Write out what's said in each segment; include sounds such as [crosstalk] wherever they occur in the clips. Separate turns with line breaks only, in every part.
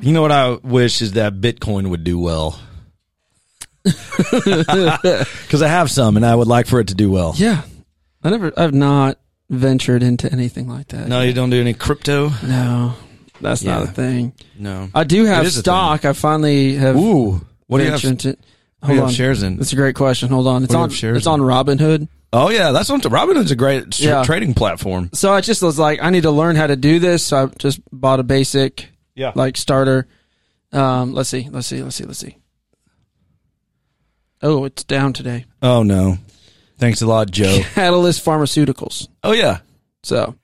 You know what I wish is that Bitcoin would do well. [laughs] Because I have some and I would like for it to do well.
Yeah. I never, I've not ventured into anything like that.
No, you don't do any crypto?
No, that's not
Yeah.
a thing.
No.
I do
It
have
is a
stock. I finally have.
Ooh. What do you have? What
ventured into-
do
Hold
you
on.
have shares in?
That's a great question. Hold on. It's
What do you
on,
have shares
it's on
in?
Robinhood.
Oh, yeah. That's what I'm Robinhood's a great s-
Yeah.
trading platform.
So I just was like, I need to learn how to do this. So I just bought a basic,
Yeah.
like starter. Um, let's see, let's see, let's see, let's see. Oh, it's down today.
Oh, no. Thanks a lot, Joe.
[laughs] Catalyst Pharmaceuticals.
[laughs] oh, yeah.
So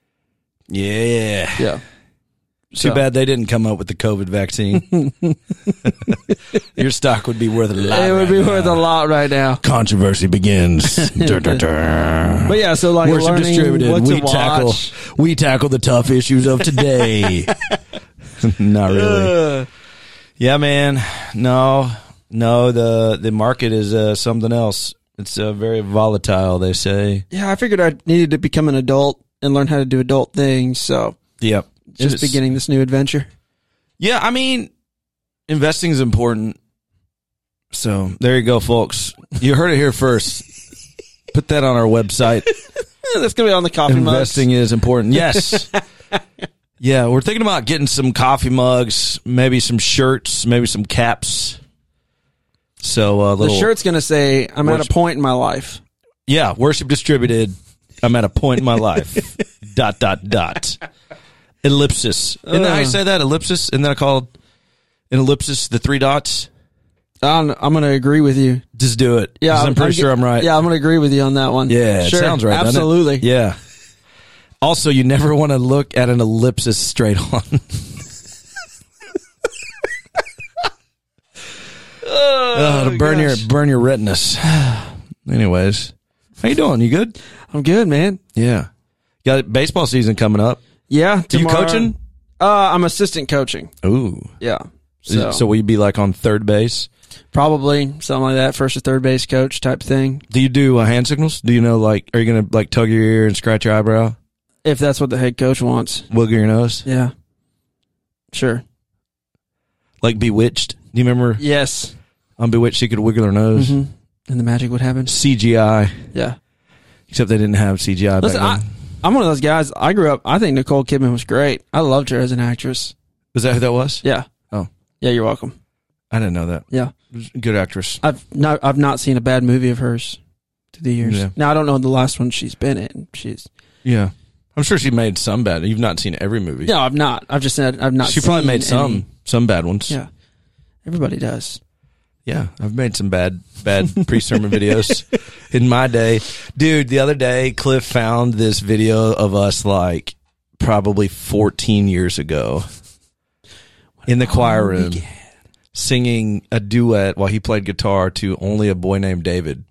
Yeah.
yeah,
Too
So-
bad they didn't come up with the COVID [laughs] vaccine. Your stock would be worth a lot.
it would
right
be
now.
worth a lot right now.
Controversy [laughs] begins. Dun, dun, dun.
But yeah, so like
Worship
learning
distributed.
what to
we tackle
watch.
we tackle the tough issues of [laughs] today. Not really.
Ugh.
Yeah, man. No, no. The the market is uh, something else. It's uh, very volatile. They say.
yeah, I figured I needed to become an adult and learn how to do adult things. So
Yep.
just
It's-
beginning this new adventure.
Yeah, I mean, investing is important. So there you go, folks. You heard it here first. Put that on our website.
Yeah, that's gonna be on the coffee
Investing is important.
[laughs]
Yes. yeah, we're thinking about getting some coffee mugs, maybe some shirts, maybe some caps. So uh,
mugs.
little
The shirt's gonna say, "I'm at
Worship-
a point in my life."
yeah, worship distributed. I'm at a point in my
[laughs]
life. dot dot dot. Ellipsis. And then I
Ugh.
say that ellipsis, and then I called an ellipsis the three dots.
I'm, I'm gonna agree with you.
Just do it.
Yeah,
'Cause I'm, pretty sure I'm right.
Yeah, I'm gonna agree with you on that one.
Yeah, it sounds right. doesn't it?
Absolutely.
Yeah. Also, you never want to look at an ellipsis straight on. [laughs] oh, to burn your burn your retinas. [sighs] Anyways, how you doing? You good?
I'm good, man.
Yeah. Got baseball season coming up.
Yeah.
Are you
tomorrow-
coaching?
Uh, I'm assistant coaching.
Ooh.
Yeah. So,
So, will you be like on third base?
probably something like that, first or third base coach type thing,
Do you do uh, hand signals? Do you know like are you gonna like tug your ear and scratch your eyebrow,
if that's what the head coach wants.
wiggle your nose,
Yeah. Sure.
like bewitched? Do you remember
Yes.
on Bewitched she could wiggle her nose?
hmm And the magic would happen.
CGI,
Yeah.
except they didn't have CGI.
Listen,
back
I,
then.
I'm one of those guys. I grew up. I think Nicole Kidman was great. I loved her as an actress.
was that who that was?
Yeah.
Oh.
Yeah. You're welcome.
I didn't know that.
Yeah.
Good actress.
I've not I've not seen a bad movie of hers through the years.
Yeah.
Now I don't know the last one she's been in. She's
Yeah, I'm sure she made some bad. You've not seen every movie.
no, I've not. I've just said I've not.
she probably
seen
made some
any.
some bad ones.
Yeah, everybody does.
Yeah, I've made some bad bad pre sermon videos [laughs] in my day, dude. The other day, Cliff found this video of us like probably 14 years ago in the choir room singing a duet while he played guitar to "Only a Boy Named David."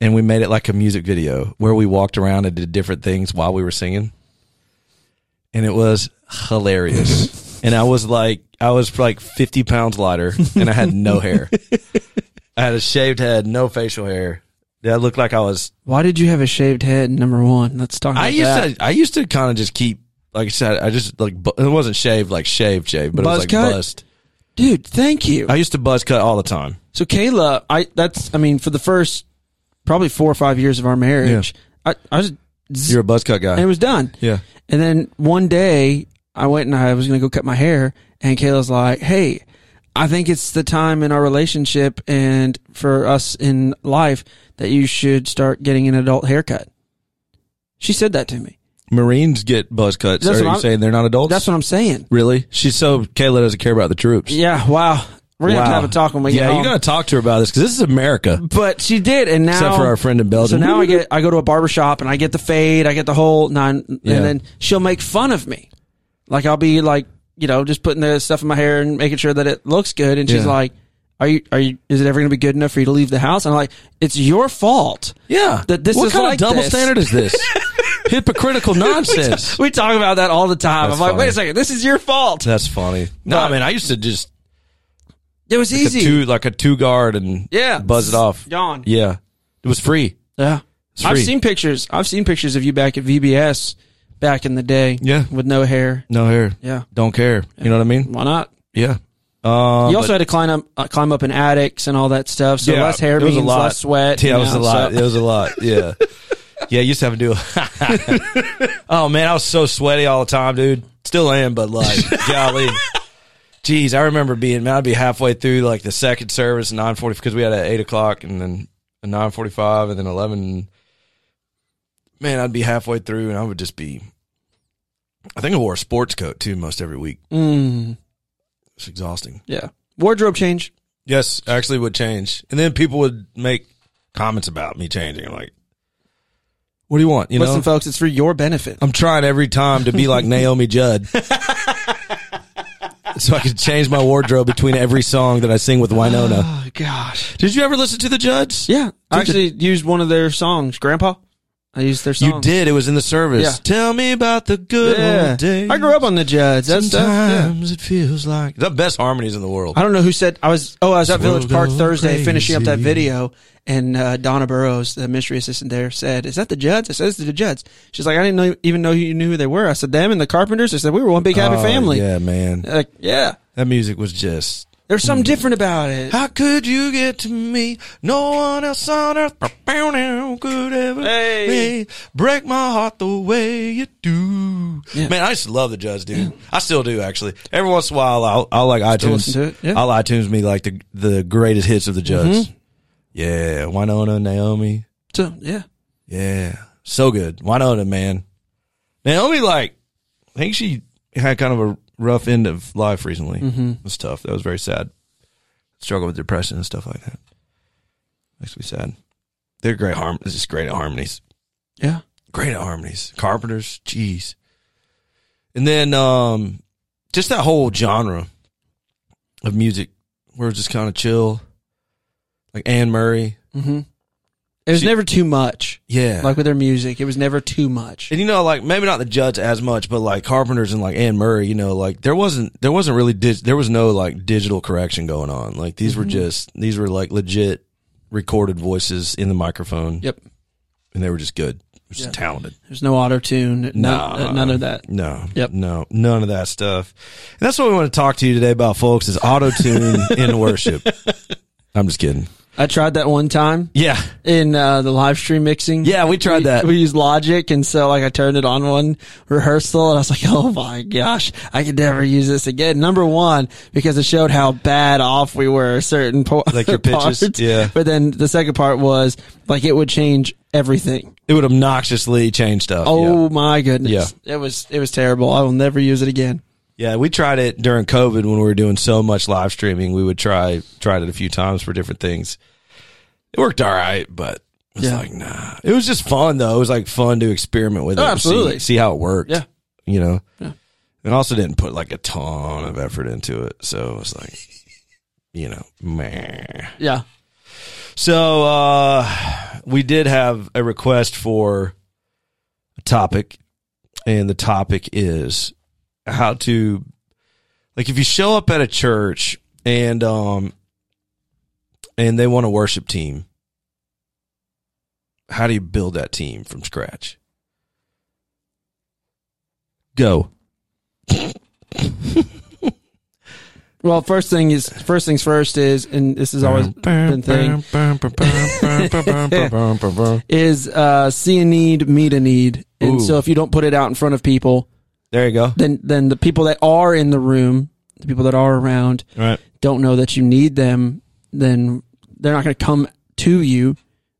And we made it like a music video where we walked around and did different things while we were singing and it was [laughs] hilarious. and I was like, I was like 50 pounds lighter, and I had no [laughs] hair. I had a shaved head, no facial hair. Yeah, I looked like I was.
Why did you have a shaved head? Number one, let's talk. About
I used
that.
to. I used to kind of just keep, like I said, I just like bu- it wasn't shaved like shaved shaved, but it
Buzz
was like
cut?
buzzed.
dude. Thank you.
I used to buzz cut all the time.
so Kayla, I that's I mean for the first probably four or five years of our marriage, I I was zzz,
You're a buzz cut
and it
guy.
was done.
Yeah.
And then one day I went and I was going to go cut my hair and Kayla's like, Hey, I think it's the time in our relationship and for us in life that you should start getting an adult haircut. She said that to me.
Marines get buzz cuts.
That's
Are
what
you
I'm-
saying they're not adults?
That's what I'm saying.
really. She's so Kayla doesn't care about the troops.
Yeah. Wow. We're going to have a talk when we
yeah,
get home.
you're gonna talk to her about this because this is America.
but she did. And now,
Except for our friend in
Oh, so
Belgium.
now I get, I go to a barber shop and I get the fade. I get the whole nine
Yeah.
and then she'll make fun of me. Like I'll be like, you know, just putting the stuff in my hair and making sure that it looks good. And she's
Yeah.
like, are you, are you, is it ever going to be good enough for you to leave the house? And I'm like, it's your fault.
Yeah.
That this
what
is
kind
like
of double
this.
standard is
[laughs]
this? Hypocritical nonsense.
We talk about that all the time.
That's
I'm like, wait
funny.
a second, this is your fault.
That's funny. No,
But-
I mean, I used to just
It was
Like a
easy.
two, like a two guard and
yeah.
buzz it off.
Gone.
Yeah. It was free.
Yeah.
It's
I've
free.
seen pictures. I've seen pictures of you back at VBS back in the day.
Yeah.
With no hair.
No hair.
Yeah.
Don't care. You know what I mean?
Why not?
Yeah. Um,
You also had to climb up, uh, climb up in attics and all that stuff. So
Yeah,
less hair
it was
means
a lot.
less sweat.
Yeah,
you
it was
know,
a lot.
so-
It was a lot.
[laughs]
Yeah. yeah, you used to have to do [laughs] Oh man, I was so sweaty all the time, dude. Still am, but
[laughs]
like golly. Jeez, I remember being man, I'd be halfway through like the second service, nine forty because we had at eight o'clock and then nine forty five and then eleven man, I'd be halfway through and I would just be I think I wore a sports coat too most every week.
Mm,
It's exhausting.
yeah. Wardrobe change.
Yes, actually would change. And then people would make comments about me changing. I'm like, what do you want? You
Listen,
know, Um,
folks, it's for your benefit.
I'm trying every time to be
[laughs]
like Naomi Judd. so I could change my wardrobe between every song that I sing with
[gasps]
Winona.
Oh gosh.
Did you ever listen to the Judds?
Yeah. I actually used one of their songs, Grandpa. I used their song.
You did. It was in the service.
Yeah.
Tell me about the good
Yeah.
old days.
I grew up on the Judds. That's stuff. yeah.
Sometimes it feels like the best harmonies in the world.
I don't know who said I was. Oh, I was at Village Park
Swirl
Thursday finishing up that
crazy.
video, and uh, Donna Burrows, the mystery assistant there, said, "Is that the Judds?" I said, "It's the Judds." She's like, "I didn't know, even know you knew who they were." I said, "Them and the Carpenters." I said, "We were one big happy
Oh,
family."
Yeah, man.
Like, yeah,
That music was just
there's something different about it.
How could you get to me? No one else on earth could ever
Hey.
break my heart the way you do.
Yeah.
Man, I used to love the Judds, dude. I still do, actually. Every once in a while, I'll, I'll like iTunes.
listen to it, yeah. Mm-hmm.
I'll iTunes me like the the greatest hits of the Judds. Yeah, Winona, Naomi.
So, yeah,
Yeah, so good. Winona, man. Naomi, like, I think she had kind of a rough end of life recently. It was tough. That was very sad. Struggle with depression and stuff like that. Makes me sad. They're great harm. This is great at harmonies.
yeah.
Great at harmonies. Carpenters, jeez. And then um, just that whole genre of music where it's just kind of chill, like Anne Murray.
Mm-hmm. It was
She-
never too much.
Yeah,
Like with their music, it was never too much.
And you know, like maybe not the Judds as much, but like Carpenters and like Anne Murray, you know, like there wasn't there wasn't really dig- there was no like digital correction going on. Like these
Mm-hmm.
were just these were like legit recorded voices in the microphone,
Yep.
and they were just good, just talented.
There's no auto tune.
Nah.
No, uh, none of that.
No,
Yep.
no, none of that stuff. And that's what we want to talk to you today about, folks, is auto
[laughs]
tune in worship. I'm just kidding.
I tried that one time
Yeah,
in uh, the live stream mixing.
yeah, we tried that.
We used Logic, and so like I turned it on one rehearsal, and I was like, [laughs] "Oh my gosh, I could never use this again." Number one, because it showed how bad off we were at certain po-
Like
[laughs]
your pitches,
parts.
yeah.
But then the second part was like it would change everything.
it would obnoxiously change stuff. yeah.
Oh my goodness, it was it was terrible. I will never use it again.
Yeah, we tried it during COVID when we were doing so much live streaming. We would try tried it a few times for different things. It worked all right, but it's
Yeah.
like nah. It was just fun though. It was like fun to experiment with it.
Oh,
and see-
absolutely.
See, how it worked.
Yeah.
You know? And also didn't put like a ton of effort into it. So it was like you know, meh.
Yeah,
So uh, we did have a request for a topic, and the topic is how to, like, if you show up at a church and um, and they want a worship team, how do you build that team from scratch? Go.
Well, first thing is first things first is, and this has always
Mm-hmm.
been thing is uh, see a need, meet a need, and
Ooh.
so if you don't put it out in front of people,
There you go. All
then then the people that are in the room, the people that are around,
right.
don't know that you need them. Then they're not going to come to you.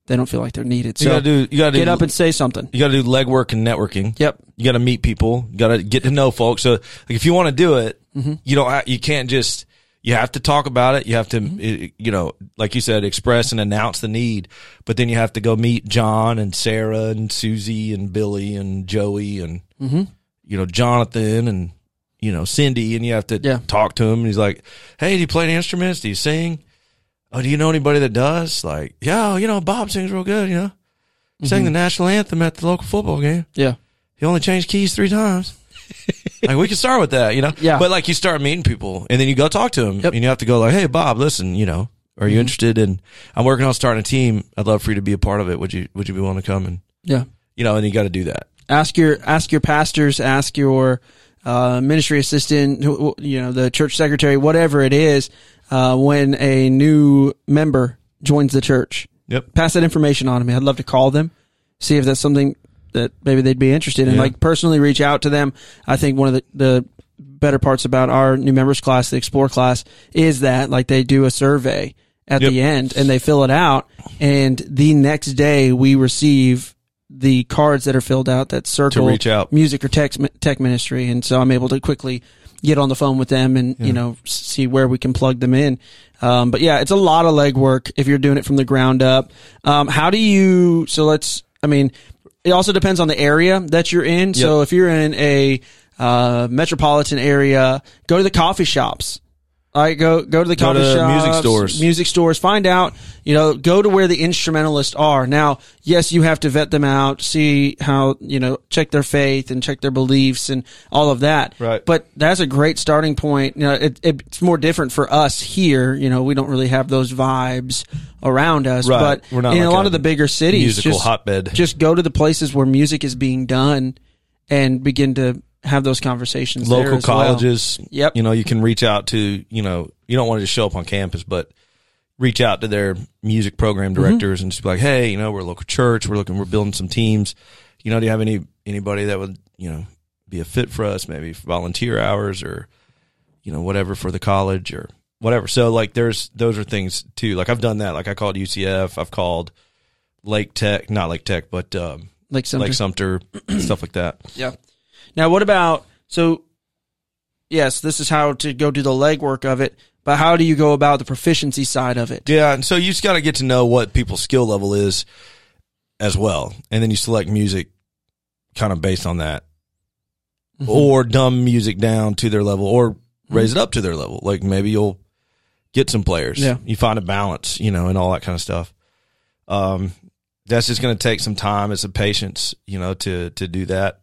They don't feel like they're needed.
You
So
gotta do. You gotta
get
do,
up and say something.
You got to do legwork and networking.
Yep.
You got to meet people. You got to get to know folks. So, like, if you want to do it, you don't. ha- You can't just. You have to talk about it. You have to, eh, you know, like you said, express and announce the need. But then you have to go meet John and Sarah and Susie and Billy and Joey and you know Jonathan and you know Cindy, and you have to
Yeah.
talk to him. And he's like, "Hey, do you play any instruments? Do you sing? Oh, do you know anybody that does? Like, yeah, you know, Bob sings real good. You know, sang the national anthem at the local football game.
Yeah.
[laughs] He only changed keys three times. like we can start with that, you know.
Yeah.
But like you start meeting people, and then you go talk to them,
Yep. Mm-hmm.
and you have to go like, "Hey, Bob, listen, you know, are you interested in? I'm working on starting a team. I'd love for you to be a part of it. Would you Would you be willing to come and
Yeah.
you know? And you got to do that.
ask your ask your pastors, ask your uh, ministry assistant, who- who- you know, the church secretary, whatever it is, uh, when a new member joins the church.
Yep.
Pass that information on to me. I'd love to call them, see if that's something that maybe they'd be interested in.
Yeah.
Like personally reach out to them. I think one of the, the better parts about our new members class, the Explore class, is that like they do a survey at
Yep.
the end and they fill it out. And the next day we receive the cards that are filled out that circle
reach out.
music or tech, tech ministry. And so I'm able to quickly get on the phone with them and, you know, s- see where we can plug them in. Um, but yeah, it's a lot of legwork if you're doing it from the ground up. Um, how do you, so let's, I mean, it also depends on the area that you're in. So if you're in a, uh, metropolitan area, go to the coffee shops. All right, go go to the coffee
to
shops,
music stores.
music stores. Find out, you know, go to where the instrumentalists are. Now, yes, you have to vet them out, see how you know, check their faith and check their beliefs and all of that.
Right.
But that's a great starting point. You know, it, it, it's more different for us here. You know, we don't really have those vibes around us.
Right.
But
We're not
in a
like
lot
a
of the bigger cities,
musical
just,
hotbed.
Just go to the places where music is being done, and begin to have those conversations. there
Local
as well.
colleges.
Yep.
You know, you can reach out to. You know, you don't want to just show up on campus, but reach out to their music program
Mm-hmm.
directors and just be like, "Hey, you know, we're a local church. We're looking. We're building some teams. You know, do you have any anybody that would you know be a fit for us? Maybe for volunteer hours or you know whatever for the college or whatever. So like, there's those are things too. Like I've done that. Like I called UCF. I've called Lake Tech, not Lake Tech, but um,
like some
Lake Sumter, [clears throat] stuff like that.
Yeah. Now, what about so? Yes, this is how to go do the legwork of it, but how do you go about the proficiency side of it?
Yeah, and so you just got to get to know what people's skill level is as well, and then you select music kind of based on that,
Mm-hmm.
or dumb music down to their level, or raise it up to their level. Like maybe you'll get some players.
Yeah.
you find a balance, you know, and all that kind of stuff. Um, that's just going to take some time and some patience, you know, to to do that.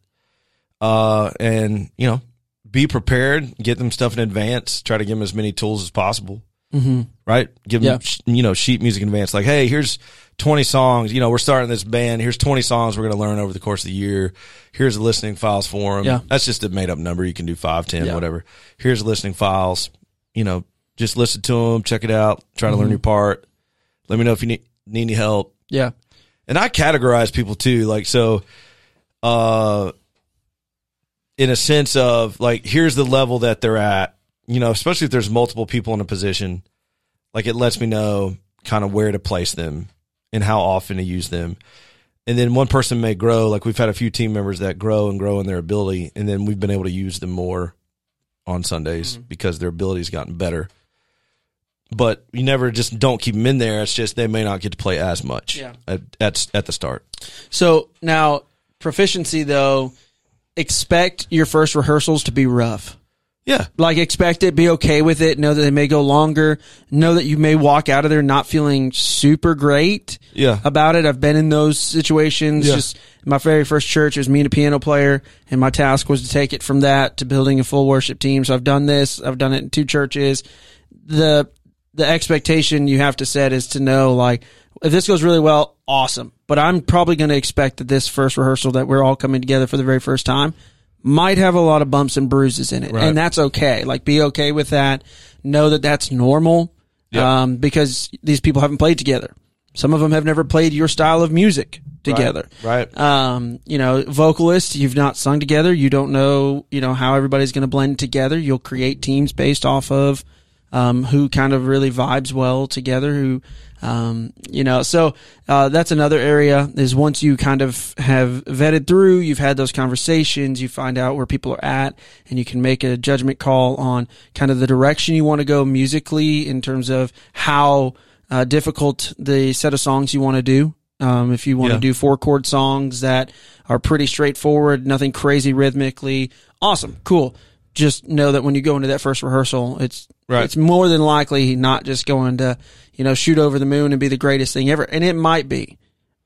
Uh, and you know, be prepared. Get them stuff in advance. Try to give them as many tools as possible
Mm-hmm.
right? Give
Yeah.
them, sh you know, sheet music in advance. Like, hey, here's 20 songs. You know, we're starting this band. Here's 20 songs we're going to learn over the course of the year. Here's the listening files for them.
Yeah.
That's just a made up number. You can do five, ten,
Yeah.
whatever. Here's the listening files. You know, just listen to them, check it out, try
Mm-hmm.
to learn your part. Let me know if you need, need any help
Yeah.
and I categorize people too. Like so, uh, in a sense of like, here's the level that they're at. You know, especially if there's multiple people in a position, like it lets me know kind of where to place them and how often to use them. And then one person may grow. Like we've had a few team members that grow and grow in their ability, and then we've been able to use them more on Sundays because their ability's gotten better. But you never just don't keep them in there. It's just they may not get to play as much
Yeah.
at, at at the start.
So now proficiency though, expect your first rehearsals to be rough.
Yeah,
Like expect it, be okay with it. Know that they may go longer. Know that you may walk out of there not feeling super great.
yeah,
about it. I've been in those situations.
Yeah.
Just my very first church it was me and a piano player, and my task was to take it from that to building a full worship team. So I've done this. I've done it in two churches. The the expectation you have to set is to know like if this goes really well, awesome. But I'm probably going to expect that this first rehearsal that we're all coming together for the very first time might have a lot of bumps and bruises in it,
Right.
and that's okay. Like be okay with that. Know that that's normal.
Yeah.
Um, because these people haven't played together. Some of them have never played your style of music together.
Right.
Um, you know, vocalist, you've not sung together. You don't know, you know, how everybody's going to blend together. You'll create teams based off of um, who kind of really vibes well together. Who, um, you know, so uh, that's another area is once you kind of have vetted through, you've had those conversations, you find out where people are at, and you can make a judgment call on kind of the direction you want to go musically in terms of how uh, difficult the set of songs you want to do. Um, if you want to
Yeah.
do four chord songs that are pretty straightforward, nothing crazy rhythmically, awesome, cool. Just know that when you go into that first rehearsal, it's
Right.
it's more than likely not just going to you know shoot over the moon and be the greatest thing ever, and it might be,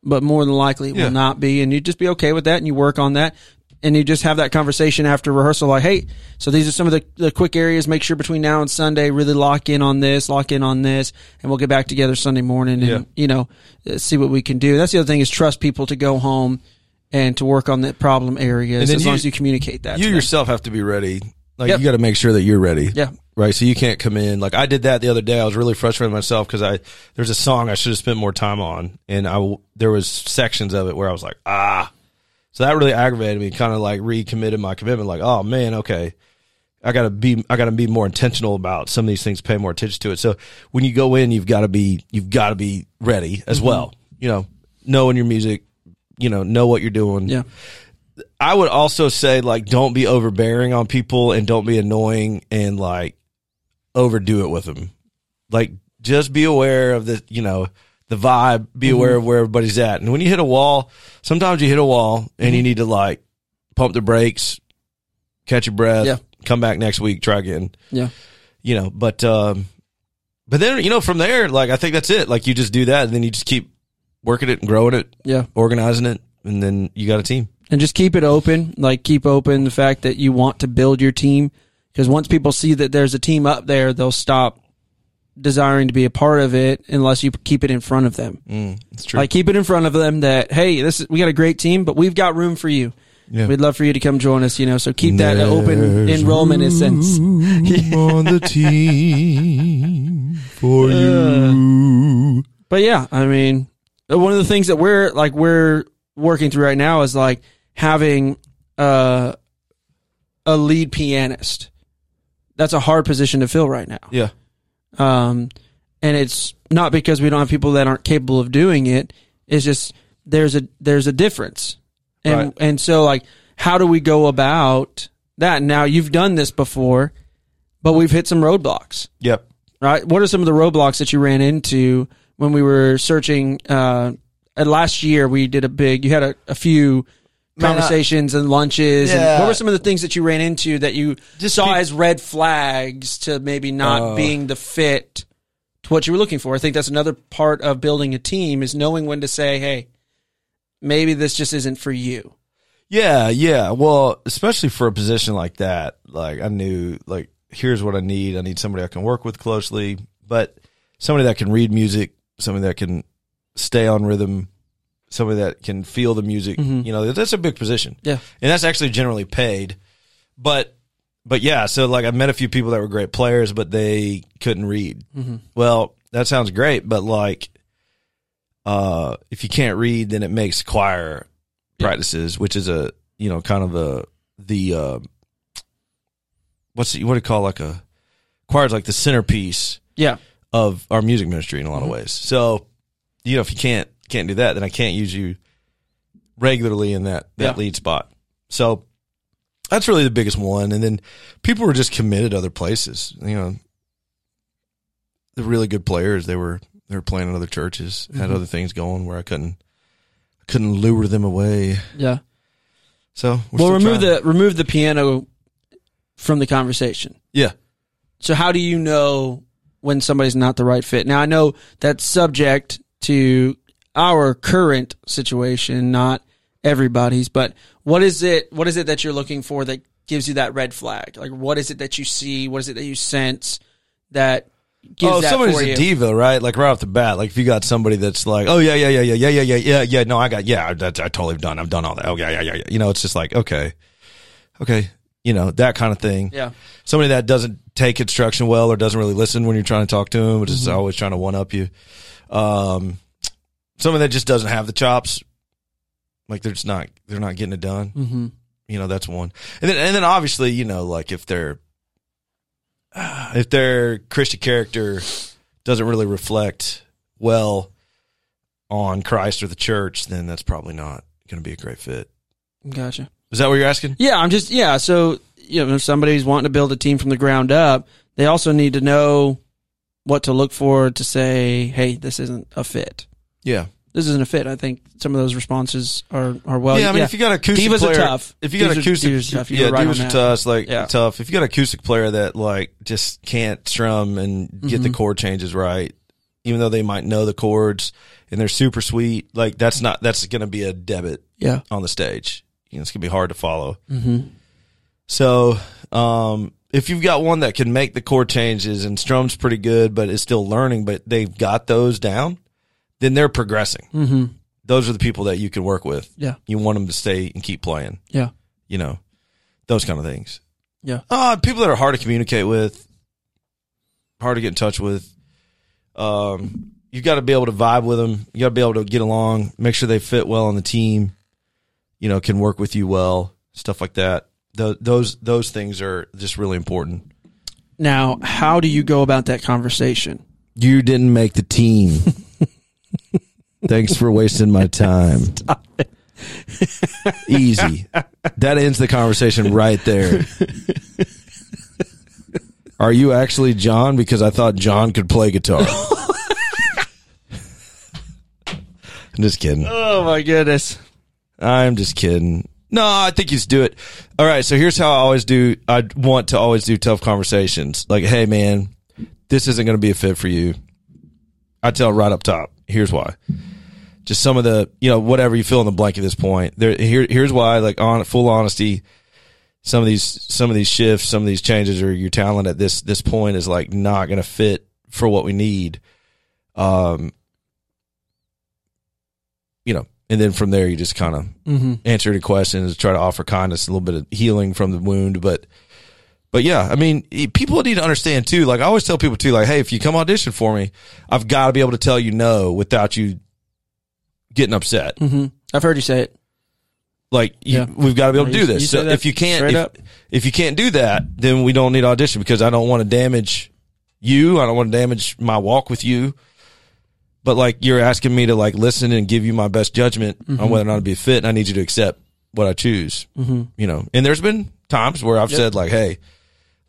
but more than likely it
Yeah.
will not be. And you just be okay with that, and you work on that. and you just have that conversation after rehearsal, like, hey, so these are some of the, the quick areas. Make sure between now and Sunday, really lock in on this, lock in on this, and we'll get back together Sunday morning and,
Yeah.
you know, uh, see what we can do. That's the other thing is trust people to go home and to work on the problem areas
then
as
you-
long as you communicate that.
you
to them.
yourself have to be ready. Like
Yep.
you got to make sure that you're ready.
Yeah.
Right. So you can't come in like I did that the other day. I was really frustrated with myself because I there's a song I should have spent more time on, and I w- there was sections of it where I was like ah, so that really aggravated me. Kind of like recommitted my commitment. Like oh man, okay. I gotta be I gotta be more intentional about some of these things, pay more attention to it. So when you go in, you've gotta be you've gotta be ready as
Mm-hmm.
well. You know, knowing your music, you know, know what you're doing.
Yeah.
I would also say like don't be overbearing on people and don't be annoying and like overdo it with them. Like just be aware of the you know the vibe. Be aware of where everybody's at. And when you hit a wall, sometimes you hit a wall and you need to like pump the brakes, catch your breath,
Yeah.
come back next week, try again.
Yeah.
You know, but um, but then you know from there, like I think that's it. Like you just do that and then you just keep working it and growing it,
Yeah.
organizing it, and then you got a team.
and just keep it open. Like keep open the fact that you want to build your team because once people see that there's a team up there, they'll stop desiring to be a part of it unless you keep it in front of them.
Mm, it's true.
Like keep it in front of them that hey, this is, we got a great team, but we've got room for you.
Yeah.
We'd love for you to come join us, you know. So keep that open
There's
enrollment in sense.
room on the team for you.
But yeah, I mean, uh, one of the things that we're like we're working through right now is like having uh, a lead pianist. That's a hard position to fill right now,
Yeah,
um, and it's not because we don't have people that aren't capable of doing it. It's just there's a there's a difference, and
Right.
and so like how do we go about that? Now you've done this before, but we've hit some roadblocks
yep.
right? What are some of the roadblocks that you ran into when we were searching? Uh, and last year we did a big. You had a, a few
Man, I-
conversations and lunches. And
Yeah.
what were some of the things that you ran into that you
Just
saw
pe-
as red flags to maybe not
Oh.
being the fit to what you were looking for? I think that's another part of building a team is knowing when to say, "Hey, maybe this just isn't for you."
Yeah, yeah. Well, especially for a position like that, like I knew, like here's what I need. I need somebody I can work with closely, but somebody that can read music, somebody that can stay on rhythm, somebody that can feel the music. You know, that's a big position.
Yeah.
and that's actually generally paid. But but yeah, so like I met a few people that were great players, but they couldn't read. Well, that sounds great, but like, uh, if you can't read, then it makes choir practices, which is a you know kind of a the uh, what's it, what do you call like a choir is like the centerpiece
Yeah,
of our music ministry in a lot of ways. So you know if you can't can't do that, then I can't use you regularly in that that
Yeah.
lead spot. So that's really the biggest one. And then people were just committed to other places. You know, the really good players they were they were playing in other churches, had other things going where I couldn't couldn't lure them away.
yeah.
So we're
well,
still
remove
trying.
the remove the piano from the conversation.
yeah.
So how do you know when somebody's not the right fit? Now I know that's subject to our current situation, not everybody's, but what is it what is it that you're looking for that gives you that red flag? Like what is it that you see? What is it that you sense that gives
Oh, if
that
somebody's
for
a
you?
diva, right? Like right off the bat, like if you got somebody that's like, oh yeah, yeah, yeah, yeah, yeah, yeah, yeah, yeah, yeah. No, I got yeah, I, that's I totally done. I'm done all that. Oh yeah, yeah, yeah, yeah. You know, it's just like okay, okay, you know that kind of thing.
yeah.
somebody that doesn't take instruction well or doesn't really listen when you're trying to talk to them, which is
Mm-hmm.
always trying to one up you. Um, someone that just doesn't have the chops, like they're just not they're not getting it done.
Mm-hmm.
You know, that's one. And then and then obviously, you know, like if their [sighs] if their Christian character doesn't really reflect well on Christ or the church, then that's probably not going to be a great fit.
Gotcha.
Is that what you're asking?
Yeah, I'm just yeah. So you know, if somebody's wanting to build a team from the ground up, they also need to know what to look for to say, "Hey, this isn't a fit.
Yeah.
This isn't a fit." I think some of those responses are are well.
yeah, I mean, if you got an acoustic
Divas are
player,
tough.
if you got
Divas
an
are-
acoustic,
divas are tough. You
yeah,
were right
divas
on
are
that.
tough, like
Yeah.
tough. If you got an acoustic player that like just can't strum and get
Mm-hmm.
the chord changes right, even though they might know the chords and they're super sweet, like that's not that's going to be a debit
yeah,
on the stage. you know, it's gonna be hard to follow.
Mm-hmm.
So, um, if you've got one that can make the core changes and Strum's pretty good, but is still learning, but they've got those down, then they're progressing.
Mm-hmm.
Those are the people that you can work with.
Yeah.
You want them to stay and keep playing,
Yeah.
you know, those kind of things.
Yeah.
Uh, people that are hard to communicate with, hard to get in touch with. Um, you've got to be able to vibe with them. You got to be able to get along, make sure they fit well on the team, you know, can work with you well, stuff like that. Tho- those those things are just really important.
Now, how do you go about that conversation?
You didn't make the team. Thanks for wasting my time. Easy. That ends the conversation right there. Are you actually John? Because I thought John could play guitar. I'm just kidding.
Oh my goodness.
I'm just kidding. No, I think you just do it. All right, so here's how I always do. I want to always do tough conversations. Like, hey, man, this isn't going to be a fit for you. I tell right up top. Here's why. Just some of the, you know, whatever you fill in the blank at this point. There, here, here's why. Like, on full honesty, some of these, some of these shifts, some of these changes, or your talent at this this point is like not going to fit for what we need. Um, you know, and then from there, you just kind of
Mm-hmm.
answer any questions, try to offer kindness, a little bit of healing from the wound. But, but yeah, I mean, e- people need to understand too. Like I always tell people too, like, hey, if you come audition for me, I've got to be able to tell you no without you getting upset.
Mm-hmm. I've heard you say it.
Like you,
Yeah.
we've got to be able to
No,
do
you-
this.
you
so
say that
if you can't,
straight
if,
up.
if you can't do that, then we don't need audition because I don't want to damage you. I don't want to damage my walk with you. But like you're asking me to like listen and give you my best judgment
Mm-hmm.
on whether or not to be a fit, and I need you to accept what I choose. Mm-hmm. You know, and there's been times where I've said like, "Hey,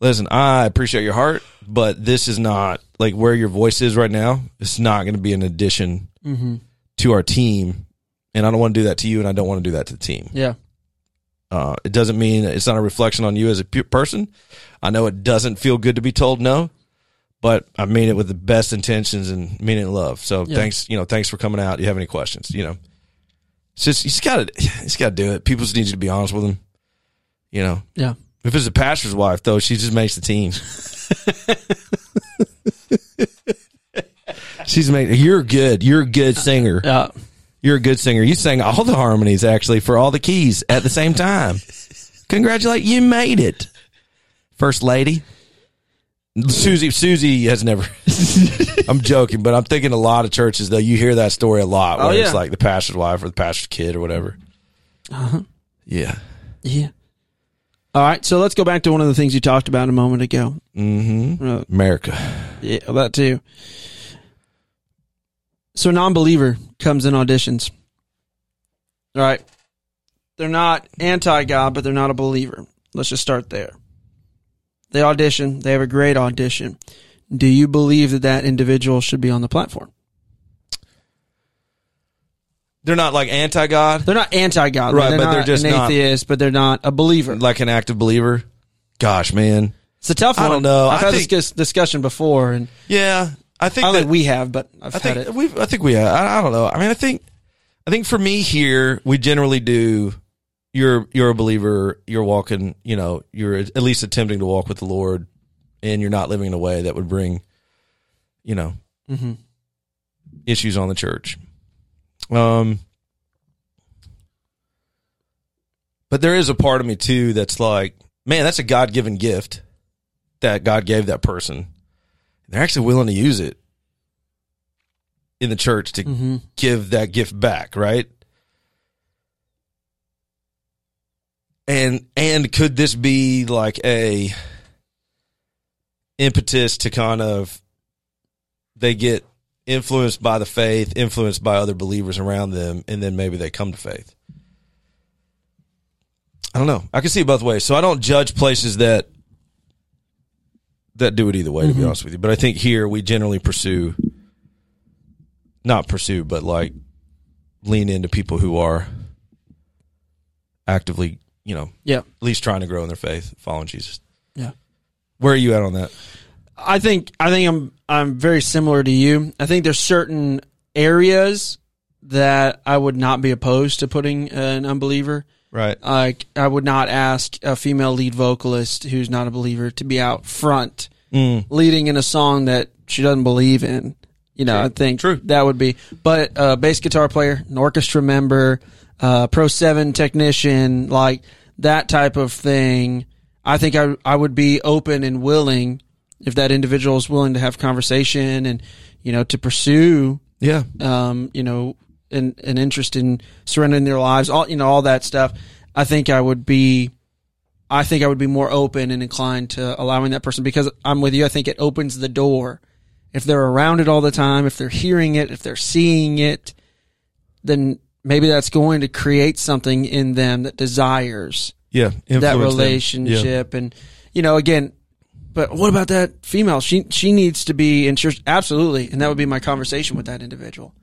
listen, I appreciate your heart, but this is not like where your voice is right now. It's not going to be an addition
Mm-hmm.
to our team, and I don't want to do that to you, and I don't want to do that to the team."
Yeah.
Uh, it doesn't mean it's not a reflection on you as a pe- person. I know it doesn't feel good to be told no, but I mean it with the best intentions and mean it in love. So
Yeah.
thanks, you know, thanks for coming out. Do you have any questions? You know, it's just, you just gotta, [sighs] you just gotta do it. People just need you to be honest with them. You know,
Yeah.
if it's a pastor's wife though, she just makes the team. She's making, you're good. You're a good singer.
Yeah.
You're a good singer. You sang all the harmonies actually for all the keys at the same time. Congratulate you made it. First lady. Susie Susie has never [laughs] I'm joking, but I'm thinking a lot of churches though you hear that story a lot where
Oh, yeah.
it's like the pastor's wife or the pastor's kid or whatever.
Uh-huh.
Yeah.
Yeah. All right. So let's go back to one of the things you talked about a moment ago.
Mhm.
Uh,
America.
yeah, that too. So, non believer comes in auditions. All right. They're not anti God, but they're not a believer. Let's just start there. They audition, they have a great audition. Do you believe that that individual should be on the platform?
They're not like anti-god,
They're not anti God,
Right,
They're
but
not
they're just
an
not-
atheist, but they're not a believer.
like an active believer. Gosh, man.
It's a tough
I
one.
don't know.
I've
I
had
think-
this dis- discussion before, and
Yeah. I think
I don't
that-
think we have, but I've
I
had
think
it.
we. I think we. I, I don't know. I mean, I think. I think for me here, we generally do. You're you're a believer. You're walking. You know, you're at least attempting to walk with the Lord, and you're not living in a way that would bring, you know,
Mm-hmm.
issues on the church. Um, but there is a part of me too that's like, man, that's a God given gift that God gave that person. They're actually willing to use it in the church to
Mm-hmm.
give that gift back, right? And and could this be like a impetus to kind of they get influenced by the faith, influenced by other believers around them, and then maybe they come to faith. I don't know. I can see it both ways. So I don't judge places that that do it either way,
Mm-hmm.
to be honest with you. But I think here we generally pursue not pursue, but like lean into people who are actively, you know,
Yeah.
at least trying to grow in their faith, following Jesus.
Yeah.
Where are you at on that?
I think I think I'm I'm very similar to you. I think there's certain areas that I would not be opposed to putting an unbeliever
Right.
Like I would not ask a female lead vocalist who's not a believer to be out front
Mm.
leading in a song that she doesn't believe in. You know, I think
True.
that would be. But a bass guitar player, an orchestra member, uh, pro seven technician, like that type of thing. I think I I would be open and willing if that individual is willing to have conversation and you know to pursue
Yeah.
um, you know, an, an interest in surrendering their lives, all you know, all that stuff. I think I would be, I think I would be more open and inclined to allowing that person because I'm with you. I think it opens the door. If they're around it all the time, if they're hearing it, if they're seeing it, then maybe that's going to create something in them that desires
Yeah.
that
Influence them. Yeah.
relationship and you know again but what about that female she she needs to be in church absolutely and that would be my conversation with that individual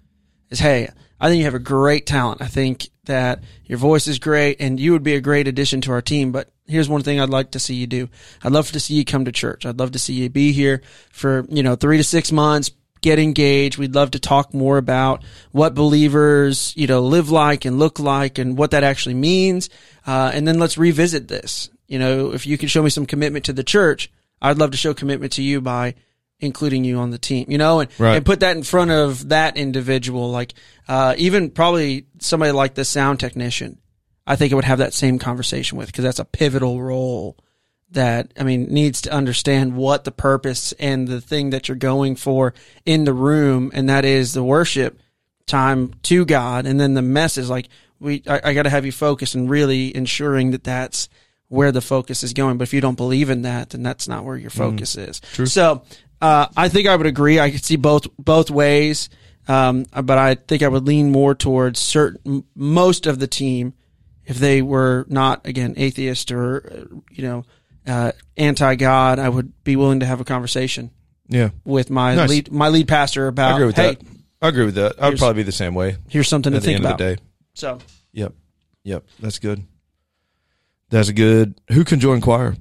is hey i think you have a great talent i think that your voice is great and you would be a great addition to our team but here's one thing i'd like to see you do i'd love to see you come to church i'd love to see you be here for you know three to six months get engaged we'd love to talk more about what believers you know live like and look like and what that actually means uh, and then let's revisit this you know if you can show me some commitment to the church i'd love to show commitment to you by including you on the team, you know, and,
Right.
and put that in front of that individual. Like, uh, even probably somebody like the sound technician, I think I would have that same conversation with because that's a pivotal role that, I mean, needs to understand what the purpose and the thing that you're going for in the room. And that is the worship time to God. And then the message, like, we, I, I got to have you focused and really ensuring that that's where the focus is going. But if you don't believe in that, then that's not where your focus is. So uh, I think I would agree. I could see both both ways, um, but I think I would lean more towards certain most of the team if they were not again atheist or uh, you know uh, anti God. I would be willing to have a conversation
Yeah.
with my
Nice.
lead my lead pastor about
I agree with
hey,
that. I agree with that. I'd
here's-
probably be the same way
here's something to
at the
think
end
about.
of the day.
So
Yep. Yep. That's good. That's a good. Who can join choir?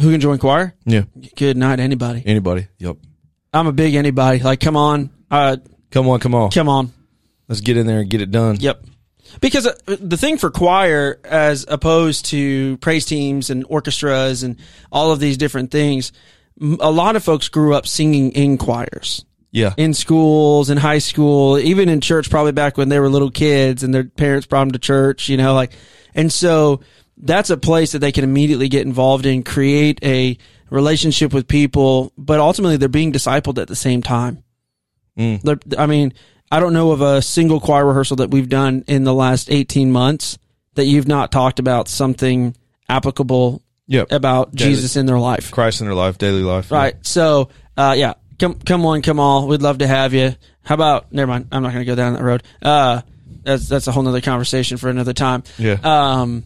who can join choir?
Yeah.
Good night, anybody.
Anybody. Yep.
I'm a big anybody. Like, come on, uh,
Come on, come on.
come on.
Let's get in there and get it done.
Yep. Because uh, the thing for choir, as opposed to praise teams and orchestras and all of these different things, m- a lot of folks grew up singing in choirs,
Yeah.
in schools, in high school, even in church, probably back when they were little kids and their parents brought them to church, you know, like, and so that's a place that they can immediately get involved in, create a relationship with people, but ultimately they're being discipled at the same time.
Mm.
There- I mean, I don't know of a single choir rehearsal that we've done in the last 18 months that you've not talked about something applicable
Yep.
about
Daily.
Jesus in their life.
Christ in their life, daily life.
Right. So, uh, yeah, come, come on, come on. We'd love to have you. How about, never mind. I'm not going to go down that road. Uh, that's, that's a whole nother conversation for another time.
Yeah.
Um,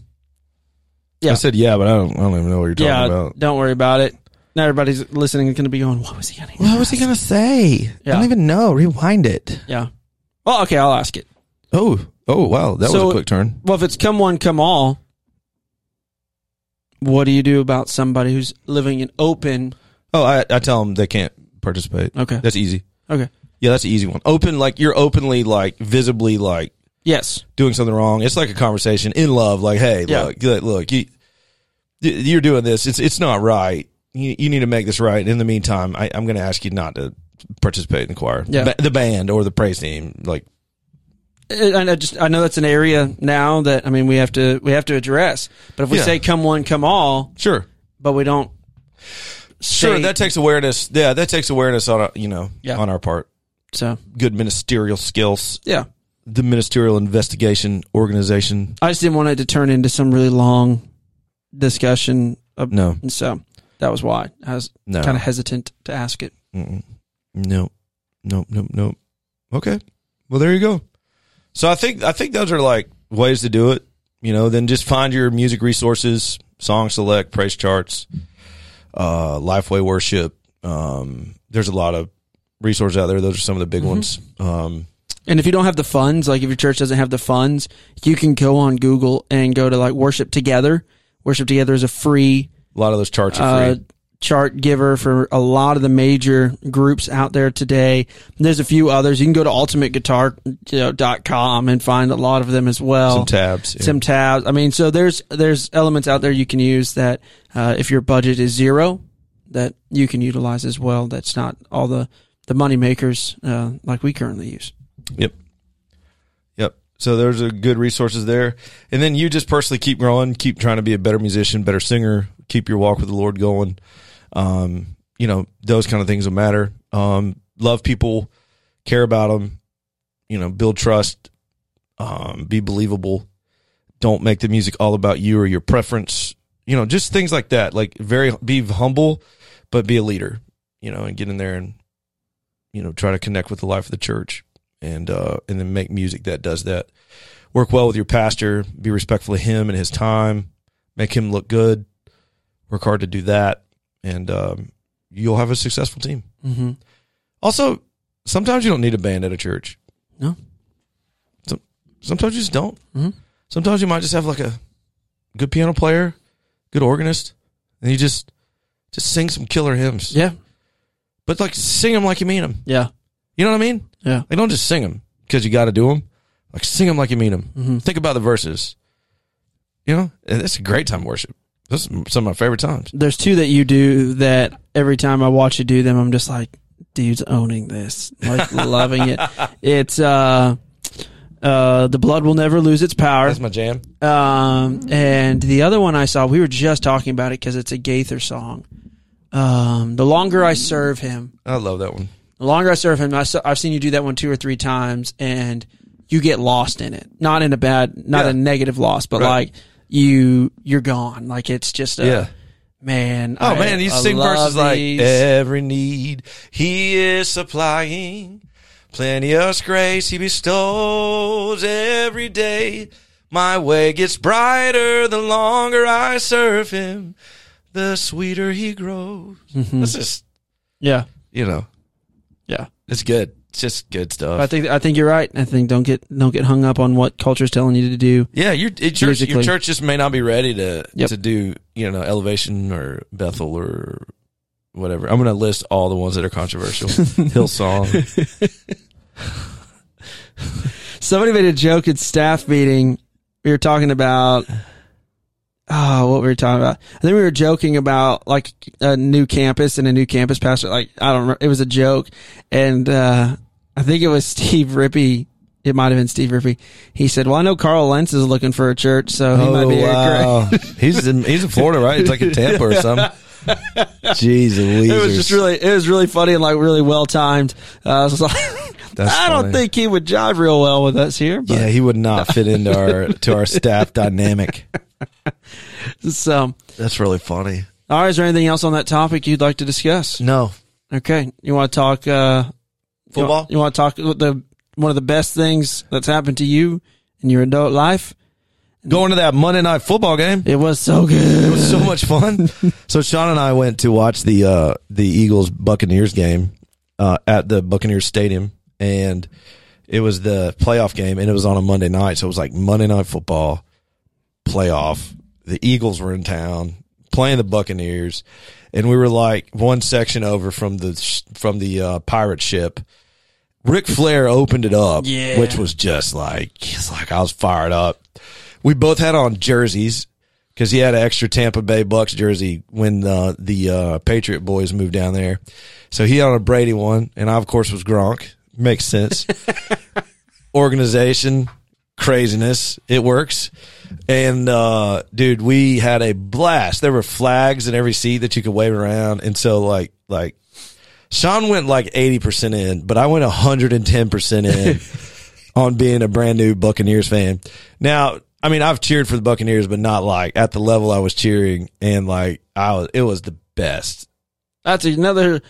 I said Uh, yeah, but I don't. I don't even know what you're talking
yeah,
about.
don't worry about it. Now everybody's listening is going to be going, what was he going to
What was he gonna say? I
Yeah.
don't even know. Rewind it.
Yeah. Well, okay, I'll ask it.
Oh, oh wow, that
So-
was a quick turn.
Well, if it's come one, come all, what do you do about somebody who's living in open?
Oh, I, I tell them they can't participate.
Okay.
That's easy.
Okay.
Yeah, that's an easy one. Open, like you're openly, like visibly, like
Yes.
doing something wrong. It's like a conversation in love. Like, hey,
Yeah.
look, look, look, you, y- you're doing this. It's it's not right. You, you need to make this right. In the meantime, I, I'm going to ask you not to participate in the choir,
Yeah.
Ba- the band, or the praise team. Like,
And I just I know that's an area now that I mean we have to we have to address. But if we
Yeah.
say come one, come all,
sure,
but we don't
sure.
say-
That takes awareness. Yeah, that takes awareness on our, you know
Yeah.
on our part.
so
Good ministerial skills,
yeah.
the ministerial investigation organization.
I just didn't want it to turn into some really long discussion of,
No,
and so that was why I was
no,
kind of hesitant to ask it.
Mm-mm. No, no, no, no. Okay. Well, there you go. So I think I think those are like ways to do it. You know, then just find your music resources, song select, praise charts, uh, Lifeway Worship. Um, there's a lot of resources out there. Those are some of the big ones. Um,
And if you don't have the funds, like if your church doesn't have the funds, you can go on Google and go to like Worship Together. Worship Together is a free,
a lot of those charts are
Uh,
free.
chart giver for a lot of the major groups out there today. There's a few others. You can go to ultimateguitar.com and find a lot of them as well.
Some tabs. yeah.
some tabs. I mean, so there's there's elements out there you can use that uh, if your budget is zero, that you can utilize as well. That's not all the the money makers uh, like we currently use.
Yep. Yep. So there's a good resources there. And then you just personally keep growing, keep trying to be a better musician, better singer, keep your walk with the Lord going. Um, you know, those kind of things will matter. Um, love people, care about them, you know, build trust, um, be believable. Don't make the music all about you or your preference. You know, just things like that. Like very be humble, but be a leader, you know, and get in there and you know, try to connect with the life of the church and uh, and then make music that does that. Work well with your pastor. Be respectful of him and his time. Make him look good. Work hard to do that, and um, you'll have a successful team.
Mm-hmm.
Also, sometimes you don't need a band at a church.
No.
Some- Sometimes you just don't.
Mhm.
Sometimes you might just have like a good piano player, good organist, and you just just sing some killer hymns.
Yeah.
But like sing them like you mean them.
Yeah.
You know what I mean?
Yeah.
Like, don't just sing them because you got to do them. Like, sing them like you mean them.
Mm-hmm.
Think about the verses. You know, and it's a great time of worship. This is some of my favorite times.
There's two that you do that every time I watch you do them, I'm just like, dude's owning this, like loving it. It's uh, uh, the blood will never lose its power.
That's my jam.
Um, and the other one I saw, we were just talking about it because it's a Gaither song. Um, the longer I serve him,
I love that one.
the longer I serve him, I saw, I've seen you do that one two or three times, and you get lost in it. Not in a bad, not
Yeah.
a negative loss, but
Right.
like you, you're gone. Like it's just a
Yeah.
man.
Oh
I-
man, you
I
sing
love
verses like eh.
these.
every need he is supplying, plenteous grace he bestows every day. My way gets brighter the longer I serve him, the sweeter he grows.
Mm-hmm.
That's just
yeah,
you know,
yeah.
it's good. It's just good stuff.
I think I think you're right. I think don't get don't get hung up on what culture's telling you to do.
Yeah, your it, church, your
Musically.
church just may not be ready to
Yep.
to do you know elevation or Bethel or whatever. I'm going to list all the ones that are controversial. [laughs] Hillsong.
Somebody made a joke at staff meeting. We were talking about oh, what we were talking about. I think we were joking about like a new campus and a new campus pastor. Like I don't. remember. It was a joke, and uh, I think it was Steve Rippey. It might have been Steve Rippey. He said, "Well, I know Carl Lentz is looking for a church, so
Oh,
he might be a great."
[laughs] he's in he's in Florida, right? It's like in Tampa or something. [laughs] Jeez,
[laughs] It was just really, it was really funny and like really well timed. Uh, I was like, [laughs]
That's
I don't
funny.
think he would jive real well with us here, but
Yeah, he would not fit into our [laughs] to our staff dynamic.
so.
That's really funny.
um, All right, is there anything else on that topic you'd like to discuss?
No
Okay, you want to talk uh, you
football.
want- You want to talk about the one of the best things that's happened to you in your adult life?
Going to that Monday night football game.
It was so good.
It was so much fun. so Sean and I went to watch the uh, the Eagles Buccaneers game uh, at the Buccaneers Stadium, and it was the playoff game, and it was on a Monday night, so it was like Monday night football playoff. The Eagles were in town playing the Buccaneers, and we were like one section over from the sh- from the uh, pirate ship. Ric Flair opened it up,
Yeah.
which was just like it's like I was fired up. We both had on jerseys because he had an extra Tampa Bay Bucks jersey when uh, the uh, Patriot boys moved down there. So he had on a Brady one, and I of course was Gronk. Makes sense. Organization craziness, it works. And uh, dude, we had a blast. There were flags in every seat that you could wave around, and so like like Sean went like eighty percent in, but I went hundred and ten percent
[laughs]
in on being a brand new Buccaneers fan. Now, I mean, I've cheered for the Buccaneers, but not like at the level I was cheering, and like I was, it was the best.
That's another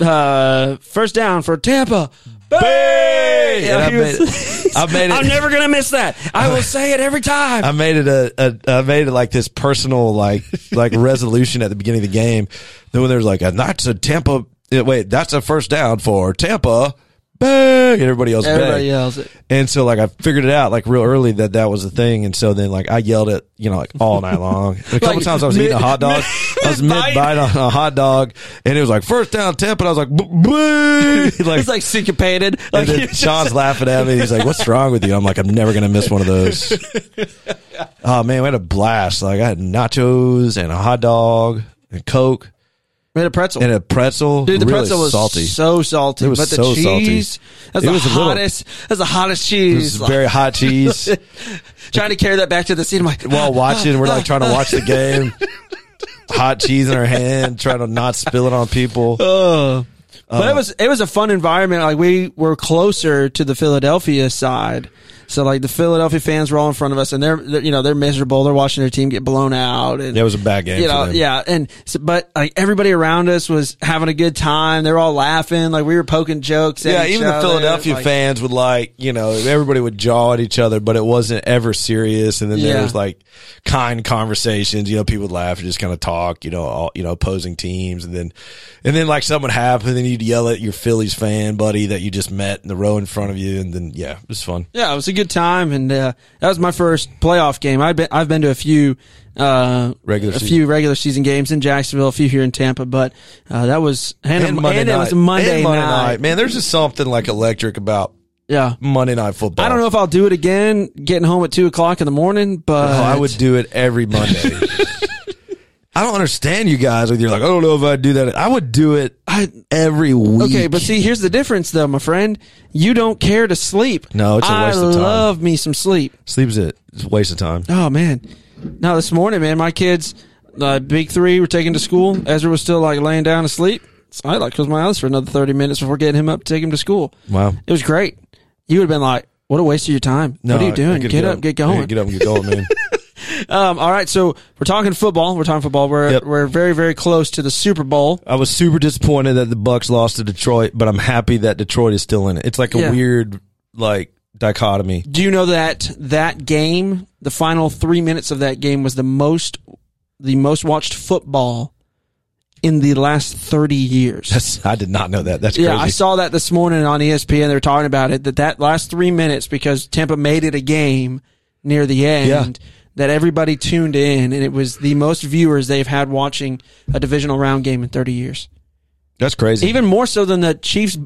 uh, first down for Tampa. Bay!
And I
He
made
was-
it- I made
[laughs]
it-
I'm never gonna miss that. I
[laughs]
will say it every time.
I made it a, a I made it like this personal like
[laughs]
like resolution at the beginning of the eh, game. Then when there was like a that's a Tampa yeah, wait that's a first down for Tampa bang, and everybody else
Everybody
bang.
yells it.
And so like I figured it out like real early that that was the thing, and so then like I yelled it you know like all night long. And a couple
Like,
times I was
mid-
eating a hot dog, I was mid
mid-bite.
bite on a hot dog, and it was like first down temp, and I was like, "Bleh," [laughs] like,
it's like syncopated. Like
and
[laughs]
then Sean's laughing at me. He's like, "What's wrong with you?" I'm like, "I'm never gonna miss one of
[laughs]
those." Oh man, we had a blast! Like I had nachos and a hot dog and Coke
made a pretzel.
and a pretzel.
Dude, the
Really
pretzel was
salty.
so salty.
It was
but the
so salty.
cheese, that's
It
the
was a little-
hottest. that's the hottest
it
cheese.
was
Like,
very hot
[laughs]
cheese.
trying to carry that back to the scene. I'm like,
while watching. We're like trying to watch the [laughs] game. Hot cheese in our hand, trying to not spill it on people.
Ugh. But
Uh,
it was it was a fun environment. Like we were closer to the Philadelphia side, so like the Philadelphia fans were all in front of us, and they're, they're you know they're miserable. They're watching their team get blown out, and
That was a bad game.
you
for
know
them.
yeah. And so, but like everybody around us was having a good time. They were all laughing. Like we were poking jokes. At
yeah.
each
Even the
other.
Philadelphia
Like,
fans would like, you know, everybody would jaw at each other, but it wasn't ever serious. And then
Yeah.
there was like kind conversations. You know, people would laugh and just kind of talk. You know, all you know, opposing teams, and then, and then like something would happen, and then you'd yell at your Phillies fan buddy that you just met in the row in front of you, and then yeah, it was fun.
Yeah, it was a good time, and uh, that was my first playoff game. I've been I've been to a few uh,
Regular
a
season.
few regular season games in Jacksonville, a few here in Tampa, but uh, that was and,
And Monday
and
night,
it was Monday,
And
night.
man. There's just something like electric about
Yeah,
Monday night football.
I don't know if I'll do it again. Getting home at two o'clock in the morning, but
Oh, I would do it every
[laughs]
Monday. I don't understand you guys. You're like, I don't know if I'd do that. I would do it
I-
every week.
Okay, but see, here's the difference, though, my friend. You don't care to sleep.
No, it's a waste
I
of time.
love me some sleep.
sleep's it. It's a waste of time.
Oh man, no, this morning, man, my kids, uh, big three, were taken to school. Ezra was still like laying down to sleep. So I like closed my eyes for another thirty minutes before getting him up to take him to school.
Wow.
It was great. You would have been like, "What a waste of your time! what are you doing? Get, up, get going."
Get up, and get going,
[laughs]
man.
Um, all right, so we're talking football. We're talking football. We're
Yep.
we're very very close to the Super Bowl.
I was super disappointed that the Bucks lost to Detroit, but I'm happy that Detroit is still in it. It's like a
Yeah.
weird like dichotomy. [laughs]
Do you know that that game, the final three minutes of that game, was the most the most watched football in the last thirty years?
That's I did not know that. That's
Yeah, I
crazy.
saw that this morning on E ESPN. They were talking about it that that last three minutes because Tampa made it a game near the end.
Yeah.
That everybody tuned in, and it was the most viewers they've had watching a divisional round game in 30 years.
That's crazy.
Even more so than the Chiefs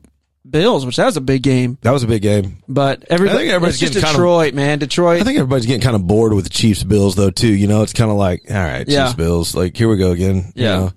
Bills, which that was a big game.
that was a big game.
But everybody,
I think everybody's
it's just
getting kind of-
Detroit, man. Detroit.
I think everybody's getting kind of bored with the Chiefs Bills though too. You know, it's kind of like, all right,
Yeah.
Chiefs Bills, like here we go again. you
Yeah.
know?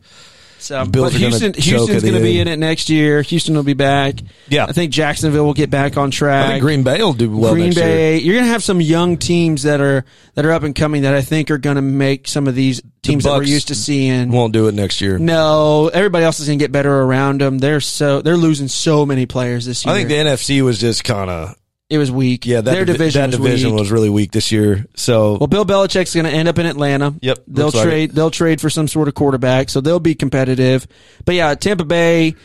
so,
Bills
but
are gonna
Houston,
choke
Houston's
at the
going to be in
end.
it next year. Houston will be back.
Yeah.
I think Jacksonville will get back on track.
I think Green Bay will do well
Green
next year.
Bay. You're gonna have some young teams that are that are up and coming that I think are gonna make some of these teams that we're
Bucks
used to seeing.
Won't do it next year.
no, everybody else is gonna get better around them. They're so they're losing so many players this year.
I think the NFC was just kind of
it was weak.
yeah. That
their
divi-
division,
that
was,
division
weak.
was really weak this year. So
Well, Bill Belichick's going to end up in Atlanta.
Yep,
they'll
looks like
trade. they'll trade for some sort of quarterback, so they'll be competitive. But yeah, Tampa Bay.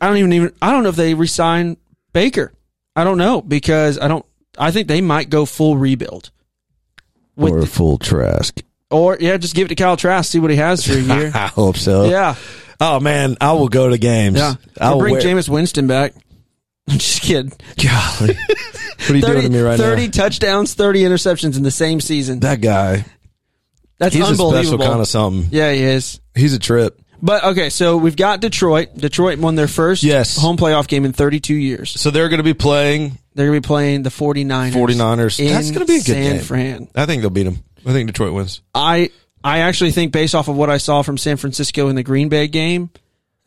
I don't even even. I don't know if they resign Baker. I don't know because I don't. I think they might go full rebuild. With
or full Trask.
Or yeah, just give it to Kyle Trask, see what he has for a year.
I [laughs] hope so.
yeah,
Oh man, I will go to games.
yeah.
I'll
Or bring
wear-
Jameis Winston back. [laughs] I'm just kidding.
[laughs] Golly, what are you doing to me right
30
now?
touchdowns, 30 interceptions in the same season.
That guy,
That's
he's a
unbelievable.
special kind of something.
yeah, he is.
He's a trip.
But okay, so we've got Detroit. Detroit won their first
Yes.
home playoff game in 32 years.
So they're going to be playing
They're going to be playing the 49ers.
49ers.
in
That's going to be a good
San
game.
Fran.
I think they'll beat them. I think Detroit wins.
I I actually think based off of what I saw from San Francisco in the Green Bay game,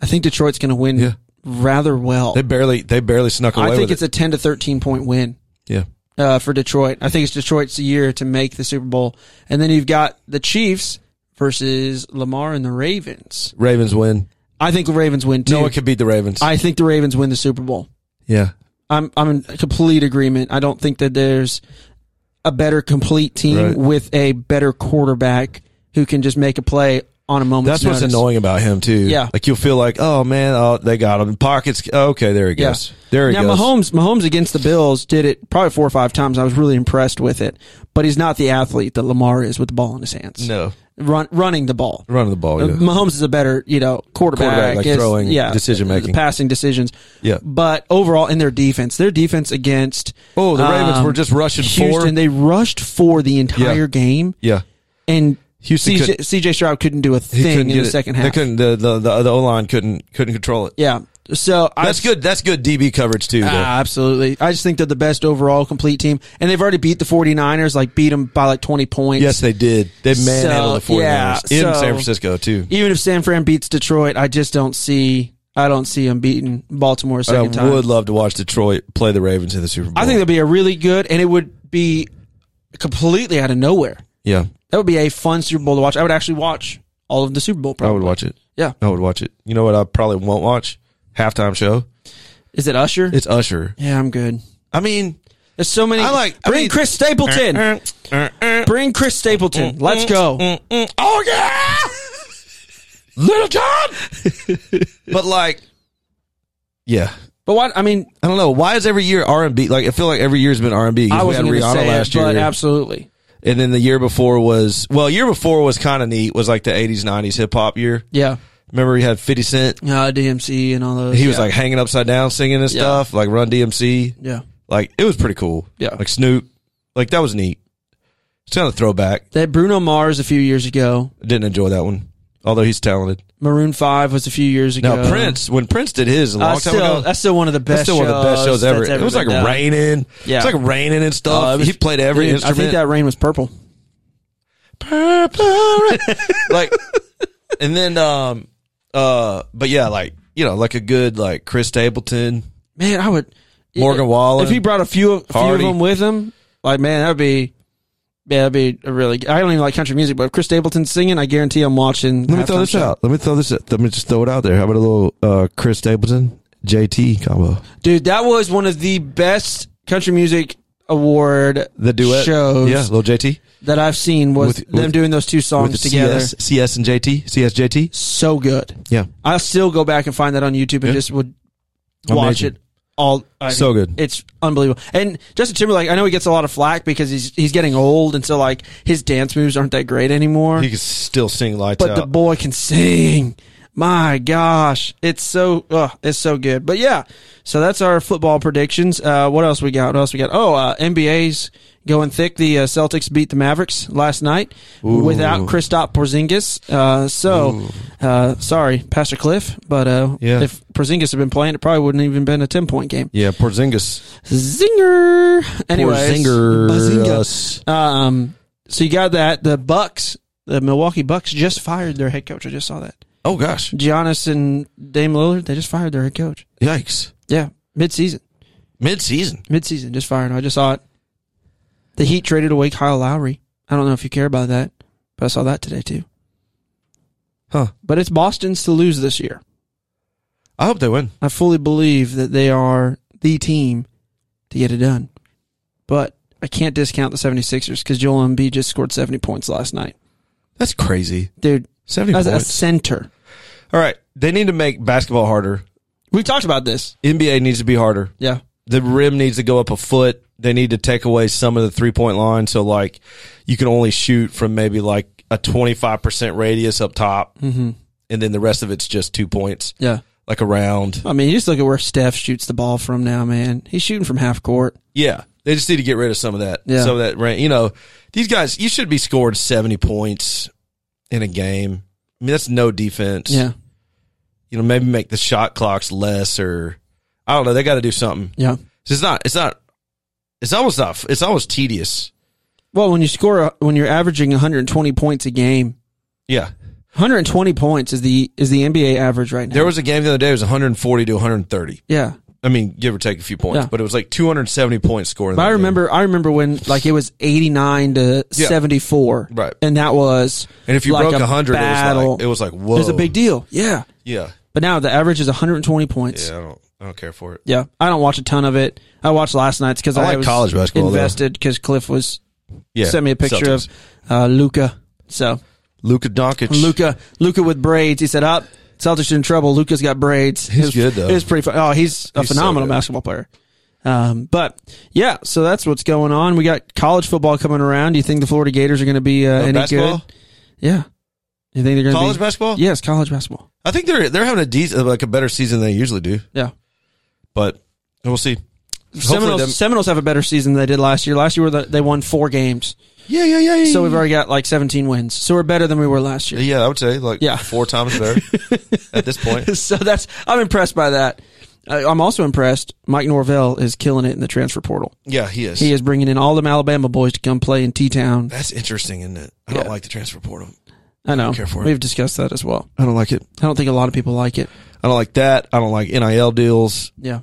I think Detroit's going to win
Yeah.
rather well.
They barely they barely snuck away
I think
with
it's a 10 to 13 point win
it. Yeah.
uh, for Detroit. I think it's Detroit's year to make the Super Bowl. And then you've got the Chiefs versus Lamar and the Ravens.
Ravens win.
I think the Ravens win too.
No one can beat the Ravens.
I think the Ravens win the Super Bowl.
yeah.
I'm I'm in complete agreement. I don't think that there's a better complete team
Right.
with a better quarterback who can just make a play on a moment's
That's what's
notice.
annoying about him too.
Yeah.
like you'll feel like, oh man, oh they got him. Pockets. Okay, there he
Yeah.
goes. There he
now
goes.
Mahomes, Mahomes against the Bills did it probably four or five times. I was really impressed with it, but he's not the athlete that Lamar is with the ball in his hands.
No,
run, running the ball. Uh,
Running the ball, yeah.
Mahomes is a better, you know, quarterback.
Quarterback, like
is-
throwing, decision-making.
passing decisions.
Yeah.
But overall, in their defense, their defense against
Oh, the Ravens
um,
were just rushing
Houston,
four.
they rushed for the entire
Yeah.
game,
yeah.
and
Houston
CJ,
could-
CJ Stroud couldn't do a
He couldn't
thing in
get
the
it.
second
They
half.
couldn't the the the, the O line couldn't couldn't control it.
Yeah. So
That's
I,
good. That's good DB coverage too. Though.
Ah, absolutely. I just think they're the best overall complete team. And they've already beat the 49ers, like beat them by like 20 points.
yes, they did. They manhandled
So,
the 49ers
yeah,
in
so-
San Francisco too.
Even if San Fran beats Detroit, I just don't see I don't see them beating Baltimore a
I
second
would
time.
love to watch Detroit play the Ravens in the Super Bowl.
I think that'd be a really good and it would be completely out of nowhere.
yeah,
That would be a fun Super Bowl to watch. I would actually watch all of the Super Bowl
I
probably.
would watch it.
Yeah.
I would watch it. You know what? I probably won't watch halftime show.
Is it Usher?
It's Usher.
yeah, I'm good.
I mean, Oh,
There's so many.
I like- I
Bring
mean- uh,
Chris Stapleton. Bring Chris Stapleton. Let's go.
oh yeah, Little
[laughs]
John. but like, yeah.
But what? I mean,
I don't know why is every year R and B like I feel like every year's been R and B.
I
We had
wasn't going to
Rihanna
say
last
it,
year,
but absolutely.
and then the year before was well, year before was kind of neat. Was like the eighties, nineties hip hop year.
Yeah.
Remember he had Fifty Cent.
Uh, DMC and all those.
He was
Yeah.
like hanging upside down, singing and
Yeah.
stuff, like Run DMC.
yeah.
Like it was pretty cool.
Yeah.
like Snoop. Like that was neat. It's kind of throwback.
That Bruno Mars a few years ago.
Didn't enjoy that one, although he's talented.
Maroon Five was a few years ago.
Now Prince, when Prince did his a long
Uh,
time ago,
still, that's still one of the best.
that's still one of the best shows
that's
ever. It was like
been done.
raining.
Yeah.
It's like raining and stuff.
Uh, it was-
he played every
Dude,
instrument.
I think that rain was purple.
purple rain. [laughs] like and then um uh but yeah like you know like a good like chris stapleton
Man, I would.
morgan
If
wallen
he brought a few, a few of
Hardy.
them with him, like man, that'd be. Yeah, that'd be a really. I don't even like country music, but if Chris Stapleton's singing, I guarantee I'm watching.
let me throw
halftime
this
show.
out let me throw this out let me just throw it out there how about a little uh chris stapleton jt combo
dude. That was one of the best country music award
the duet
shows
yeah little jt
that I've seen was
With-
them
with-
doing those two
with
songs
the
together.
CS, cs and jt cs jt
So good.
yeah
I still go back and find that on YouTube and
Yeah.
just would watch
Amazing.
it all. I mean,
So good.
It's unbelievable. And Justin Timberlake, I know he gets a lot of flack because he's he's getting old, and so like his dance moves aren't that great anymore.
he could still sing uh, lights
but
out
the boy can sing. My gosh, it's so ugh, it's so good. But yeah, so that's our football predictions. Uh, what else we got? What else we got? Oh, uh, NBA's going thick. The uh, Celtics beat the Mavericks last night without Kristaps Porzingis. Uh, so uh, sorry, Pastor Cliff, but uh,
Yeah.
if Porzingis had been playing, it probably wouldn't even been a ten point game.
yeah porzingis
Zinger. Anyways, Bazinga.
Porzingis.
Um, so you got that. The Bucks, the Milwaukee Bucks, just fired their head coach. I just saw that.
oh gosh
Giannis and Dame Lillard, they just fired their head coach.
yikes
Yeah, midseason,
mid-season
midseason, just fired. him. I just saw it. The Heat traded away Kyle Lowry. I don't know if you care about that, but I saw that today too.
huh
But it's Boston's to lose this year.
i hope they win
I fully believe that they are the team to get it done. But I can't discount the 76ers because Joel Embiid just scored 70 points last night.
that's crazy
Dude,
70
as
points
a center.
All right. They need to make basketball harder.
We've talked about this.
NBA needs to be harder.
Yeah.
The rim needs to go up a foot. They need to take away some of the three point line. So, like, you can only shoot from maybe like a 25% radius up top. Mm-hmm. And then the rest of it's just two points,
Yeah.
like around.
I mean, you just look at where Steph shoots the ball from now, man. He's shooting from half court.
Yeah. They just need to get rid of some of that.
Yeah.
Some of that, ran- you know, these guys, you should be scored 70 points in a game. I mean, that's no defense.
Yeah.
You know, maybe make the shot clocks less or I don't know. They got to do something.
Yeah.
So It's not. It's not. It's almost not. It's almost tedious.
Well, when you score, a- when you're averaging 120 points a game,
Yeah.
120 points is the is the NBA average right now.
There was a game the other day. It was 140 to 130.
yeah.
I mean, give or take a few points,
Yeah.
but it was like 270 points scored. in
But
that
I
game.
remember, I remember when like it was 89 to
Yeah.
74.
Right.
And that was
And if you
like
broke
a
100, it was
battle.
like it was like whoa.
it was a big deal. Yeah.
Yeah.
But now the average is 120 points.
Yeah. I don't. I don't care for it.
Yeah, I don't watch a ton of it. I watched last night's because
I
I,
like
was
college basketball, though.
invested because Cliff was
Yeah.
sent me a picture
Celtics.
of uh, Luca. So
Luka Doncic.
Luca, Luca with braids. He said, "Up, Celtics in trouble. Luca's got braids.
He's
It was-
good, though.
It was pretty fun. Oh, he's a
He's so
phenomenal
good.
basketball player." Um, but yeah, so that's what's going on. We got college football coming around. Do you think the Florida Gators are going to be uh, any
Oh, basketball?
good? Yeah. You think they're going to
College
be?
basketball?
Yes, college basketball.
I think they're they're having a decent, like a better season than they usually do.
Yeah.
But we'll see. Hopefully
Seminoles,
them-
Seminoles have a better season than they did last year. Last year were the, they won four games,
yeah, yeah, yeah, yeah.
so we've already got like 17 wins. So we're better than we were last
[laughs]
year.
yeah, I would say like
Yeah.
four times [laughs] better at this point.
so that's I'm impressed by that. I, I'm also impressed. Mike Norvell is killing it in the transfer portal.
Yeah, he is.
He is bringing in all them Alabama boys to come play in T Town.
That's interesting, isn't it? I don't like the transfer portal.
I know
care for it.
we've discussed that as well.
I don't like it.
I don't think a lot of people like it.
I don't like that. I don't like NIL deals.
Yeah,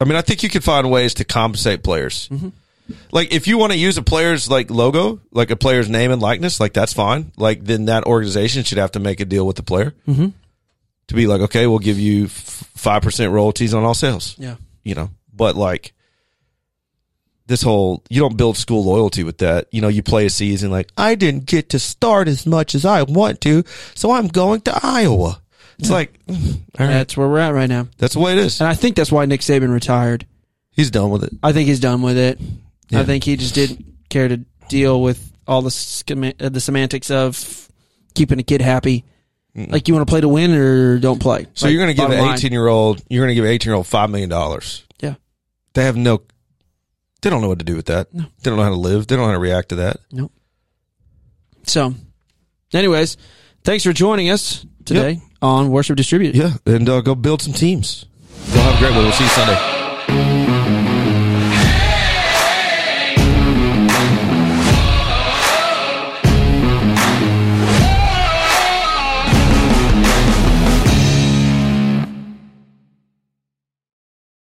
I mean, I think you can find ways to compensate players. Like if you want to use a player's like logo, like a player's name and likeness, like that's fine. Like then that organization should have to make a deal with the player to be like, okay, we'll give you five percent royalties on all sales.
yeah,
You know, but like this whole you don't build school loyalty with that. You know, you play a season like I didn't get to start as much as I want to, so I'm going to Iowa. It's like, mm, all right,
that's where we're at right now.
that's the way it is.
And I think that's why Nick Saban retired.
He's done with it.
I think he's done with it.
Yeah.
I think he just didn't care to deal with all the schema- uh, the semantics of keeping a kid happy. Like you want to play to win or don't play.
So
Like,
you're going to give
bottom
an
line.
18 year old, you're going to give an 18 year old five million dollars.
Yeah.
They have no, they don't know what to do with that. They don't know how to live. They don't know how to react to that.
Nope. So, anyways, thanks for joining us today on Worship Distributed.
Yeah, and uh, go build some teams. Y'all have a great one. We'll see you Sunday.